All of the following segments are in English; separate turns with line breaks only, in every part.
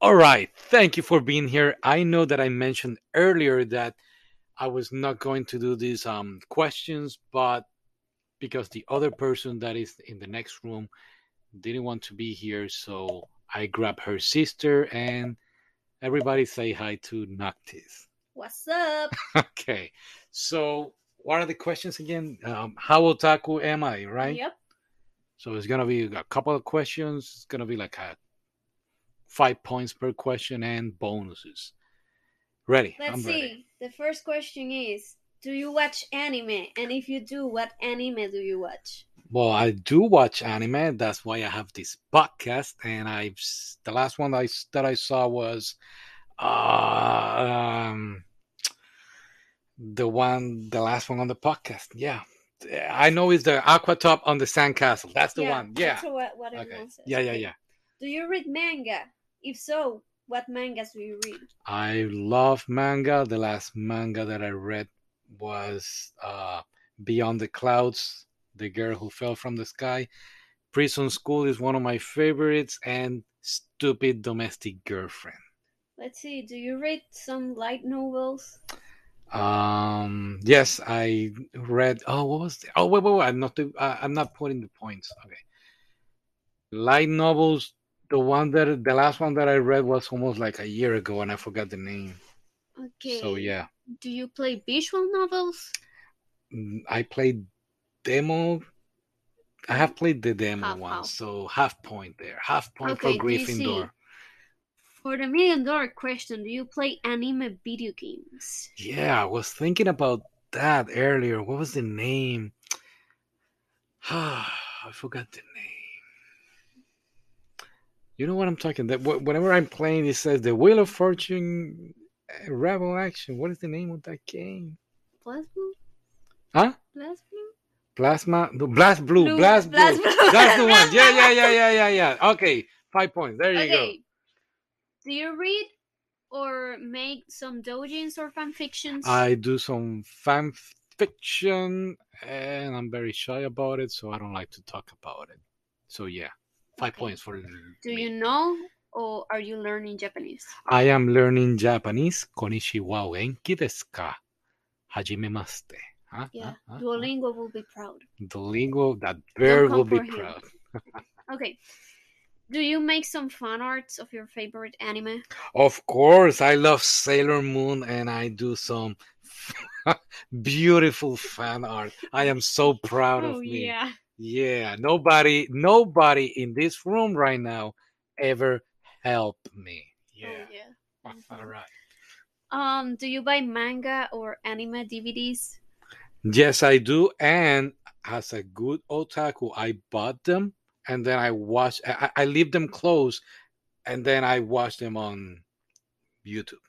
All right. Thank you for being here. I know that I mentioned earlier that I was not going to do these um, questions, but because the other person that is in the next room didn't want to be here, so I grabbed her sister and everybody say hi to Noctis.
What's up?
Okay. So, what are the questions again? Um, how otaku am I, right?
Yep.
So it's gonna be a couple of questions. It's gonna be like a five points per question and bonuses. Ready?
Let's
I'm
see.
ready.
The first question is Do you watch anime? And if you do, what anime do you watch?
Well, I do watch anime. That's why I have this podcast. And I, the last one I s- that I saw was, uh, um, the one, the last one on the podcast. Yeah, I know it's the Aqua Top on the Sandcastle. That's the one. Yeah.
That's what, what
Okay.
everyone says.
Yeah, yeah,
Okay.
yeah.
Do you read manga? If so, what mangas do you read?
I love manga. The last manga that I read was uh, Beyond the Clouds, The Girl Who Fell from the Sky. Prison School is one of my favorites, and Stupid Domestic Girlfriend.
Let's see. Do you read some light novels?
Um, yes, I read. Oh, what was? The, oh, wait, wait, wait. I'm not. The, uh, I'm not putting the points. Okay. Light novels. The one that the last one that I read was almost like a year ago, and I forgot the name.
Okay.
So yeah.
Do you play visual novels?
Mm, I played demo. I have played the demo
Half,
one,
half.
so half point there. Half point
Okay,
for
do you see-
Gryffindor.
For the million dollar question, do you play anime video games?
Yeah, I was thinking about that earlier. What was the name? I forgot the name. You know what I'm talking. That wh- whenever I'm playing, it says the Wheel of Fortune, uh, Rebel Action. What is the name of that game?
Blasblue?
Huh?
Blasblue?
Plasma, no, Blast Blue,
Blue,
Blast Blue.
Blast Blue.
That's the one. Yeah, yeah, yeah, yeah, yeah, yeah. Okay, five points. There you go.
Okay. Do you read or make some doujins or fan fictions?
I do some fan fiction and I'm very shy about it, so I don't like to talk about it. So yeah, five
Okay.
points for
Do
me.
you know or are you learning Japanese?
I am learning Japanese. Konnichiwa wenki desu ka? Hajimemaste. Huh?
Yeah,
Huh? Huh?
Duolingo will be proud.
Huh? Duolingo, that bird will be
comprehend.
proud.
Okay. Do you make some fan arts of your favorite anime?
Of course, I love Sailor Moon and I do some beautiful fan art. I am so proud
Oh,
of me.
yeah.
Yeah, nobody, nobody in this room right now ever helped me. Yeah.
Oh yeah.
All right.
Um, do you buy manga or anime DVDs?
Yes, I do. And as a good otaku, I bought them and then I watch. I, I I leave them closed and then I watch them on YouTube.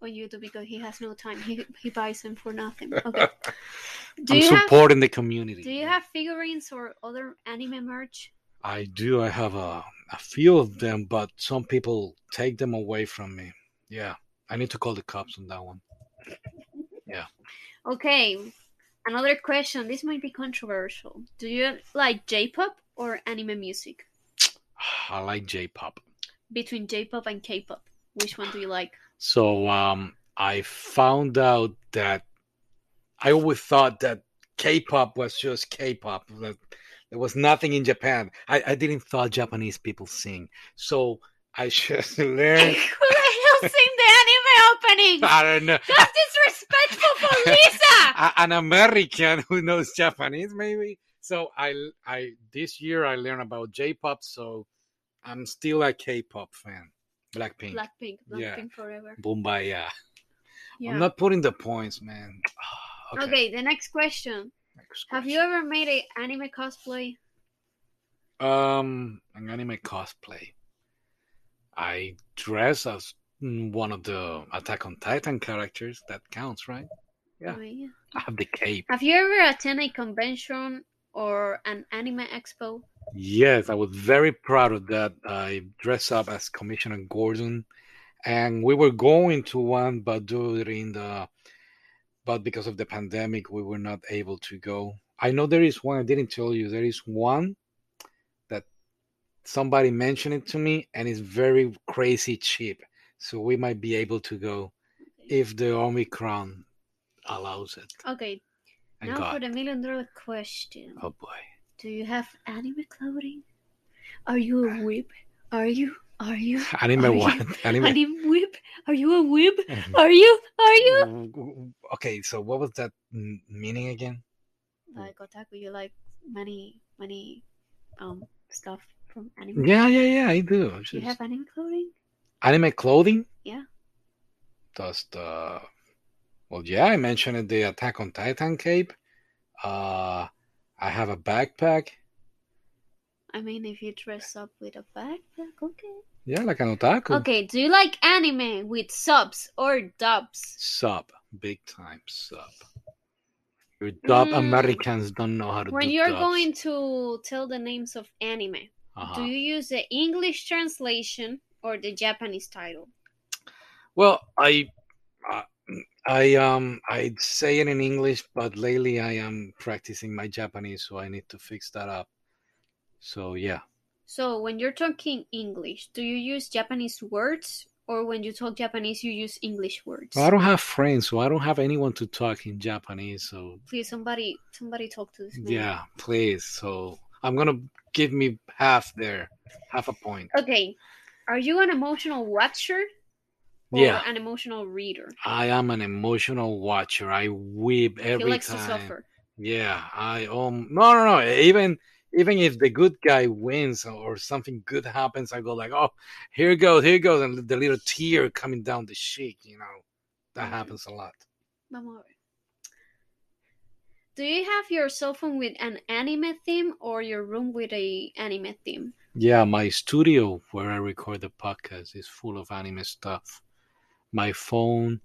Or you do because he has no time. He he buys them for nothing. Okay. Do
I'm
you have
supporting the community.
do you have figurines or other anime merch?
I do. I have a, a few of them, but some people take them away from me. Yeah. I need to call the cops on that one.
Okay, another question. This might be controversial. Do you like J-pop or anime music?
I like J pop.
Between J-pop and K-pop, which one do you like?
So um, I found out that I always thought that K-pop was just K-pop. That there was nothing in Japan. I, I didn't thought Japanese people sing. So I just
Who the
learned.
hell sing the anime opening?
I don't know.
That's disrespectful for Lisa.
a- an American who knows Japanese, maybe. So I, I this year I learned about J-pop. So I'm still a K-pop fan. Blackpink,
Blackpink,
Yeah.
Blackpink forever.
Bumbaya.
Yeah.
I'm not putting the points, man.
okay. the next question.
Next
Have
question.
you ever made an anime cosplay?
Um, an anime cosplay. I dress as mm, one of the Attack on Titan characters. That counts, right? Yeah.
Oh, yeah.
I have the cape.
Have you ever attended a convention or an anime expo?
Yes, I was very proud of that. I dressed up as Commissioner Gordon, and we were going to one, but during the, but because of the pandemic, we were not able to go. I know there is one. I didn't tell you there is one that somebody mentioned it to me and it's very crazy cheap. So we might be able to go if the Omicron allows it.
Okay,
And
now
God.
for the million dollar question.
Oh boy.
Do you have anime clothing? Are you a whip? Are you? Are you?
Anime
Are you-
what? Anime.
Anime whip? Are you a whip? Are you? Are you?
okay, so what was that m- meaning again?
Like otaku, you like many, many, um, stuff from anime.
Yeah, yeah, yeah, I do.
Do you have anime clothing?
anime clothing?
Yeah.
Does the well yeah, I mentioned the Attack on Titan cape. Uh I have a backpack.
I mean, if you dress up with a backpack, okay.
Yeah, like an otaku.
Okay, do you like anime with subs or dubs?
Sub. Big time sub. Your dub
Mm.
Americans don't know how to
When
do
you're
dubs.
going to tell the names of anime,
Uh-huh.
do you use the English translation or the Japanese title?
Well, I, uh, I um, I say it in English, but lately I am practicing my Japanese, so I need to fix that up. So yeah,
So, when you're talking English, do you use Japanese words or when you talk Japanese, you use English words?
Well, I don't have friends, so I don't have anyone to talk in Japanese. So
Please, somebody, somebody talk to this man.
yeah, please. So I'm gonna give me half there, half a point.
Okay, are you an emotional watcher or
Yeah,
an emotional reader?
I am an emotional watcher. I weep
he
every
likes to
time.
suffer.
Yeah, I um no no no even even if the good guy wins or something good happens, I go like, oh, here goes, here goes, and the little tear coming down the cheek, you know, that
Mhm.
happens a lot.
Vamos a ver. Do you have your cell phone with an anime theme or your room with a anime theme?
Yeah, my studio where I record the podcast is full of anime stuff. My phone,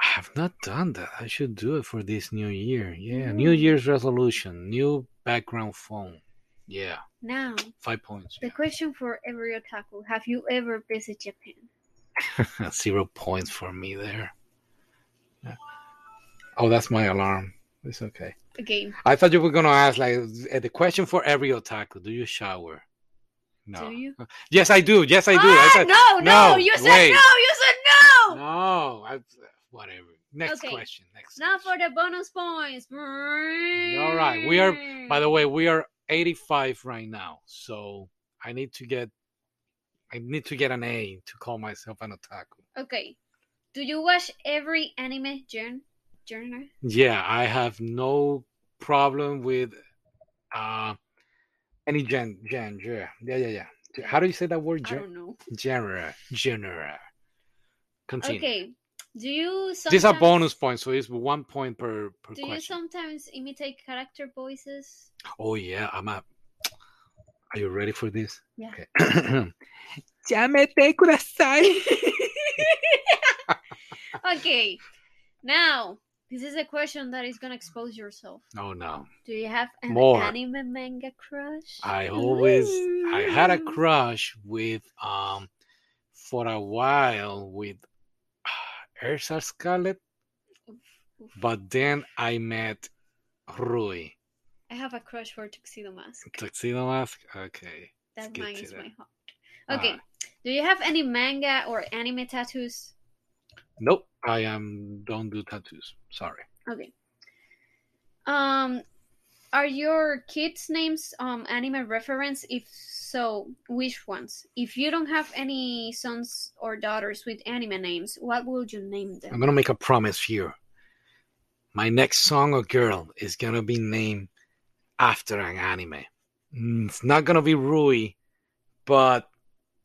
I have not done that. I should do it for this new year. Yeah, New
Mm.
Year's resolution, new background phone. Yeah,
Now,
five points.
the question for every otaku: Have you ever visited Japan?
Zero points for me there. Yeah. Oh, that's my alarm. It's okay.
Okay.
I thought you were gonna ask like eh, the question for every otaku: Do you shower? No.
Do you?
Yes, I do. Yes, I do. I
Ah,
said-
no, no,
no,
You said
wait.
no. You said no.
no. I, whatever. Next
Okay.
question. Next.
Now for
question.
the bonus points. All
right, we are- By the way, we are 85 right now, so I need to get. I need to get an A to call myself an otaku.
Okay. Do you watch every anime gen- genre?
Yeah, I have no problem with uh any gen genre. Yeah, yeah, yeah. Ge- How do you say that word?
I
Gen-
don't know.
genre, genre. Continue.
Okay. Do you? Sometimes...
These are bonus points, so it's one point per per
Do you
question.
sometimes imitate character voices?
oh yeah, I'm a. Are you ready for this?
Yeah.
Okay. Yamete kudasai.
okay, now this is a question that is gonna expose yourself.
Oh no,
Do you have an
More.
anime manga crush?
I always I had a
Ooh.
crush with um for a while with uh, Ersa Scarlet. But then I met Rui.
I have a crush for Tuxedo Mask.
Tuxedo Mask? Okay. let's
That
get
man
to
is
that.
my heart. Okay, do you have any manga or anime tattoos?
Nope. I am don't do tattoos. Sorry.
Okay. Um, are your kids' names um anime reference? If so, which ones? If you don't have any sons or daughters with anime names, what would you name
I'm
them?
gonna make a promise here. My next song or girl is gonna be named after an anime. Mm, It's not gonna be Rui, but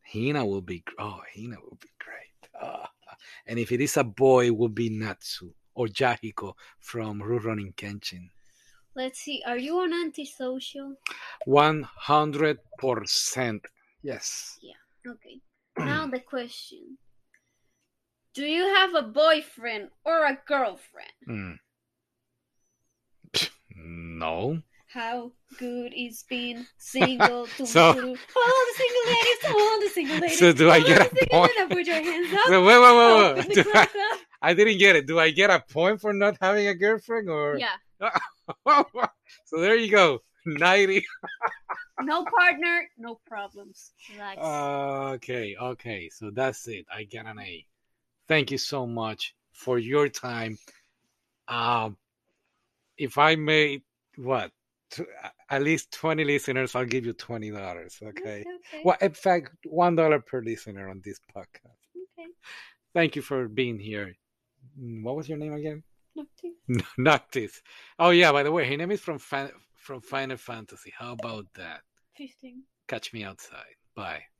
Hina will be oh Hina will be great. Ah. and if it is a boy, it will be Natsu or Jahiko from Rurouni Kenshin.
Let's see. Are you an antisocial?
One hundred percent. Yes.
Okay. Now the question: Do you have a boyfriend or a girlfriend?
Mm. Pff, No.
How good is being single to
So-
to- all the single ladies, to all the single ladies.
So do I
all
get
the
a
single
point?
men, now put your hands up.
So wait, wait,
Oh,
wait,
put
wait.
the
Do I,
glass up.
I didn't get it. Do I get a point for not having a girlfriend or?
Yeah.
so there you go. Ninety.
no partner, no problems. Relax.
Uh, Okay, okay. So that's it. I get an A. Thank you so much for your time. Um, if I made what t- at least twenty listeners, I'll give you twenty dollars. Okay?
okay.
Well, in fact, one dollar per listener on this podcast.
Okay.
Thank you for being here. Mm, What was your name again?
Nothing.
Noctis. Oh yeah. By the way, her name is from Fan- from Final Fantasy. How about that?
Fifteen.
Catch me outside. Bye.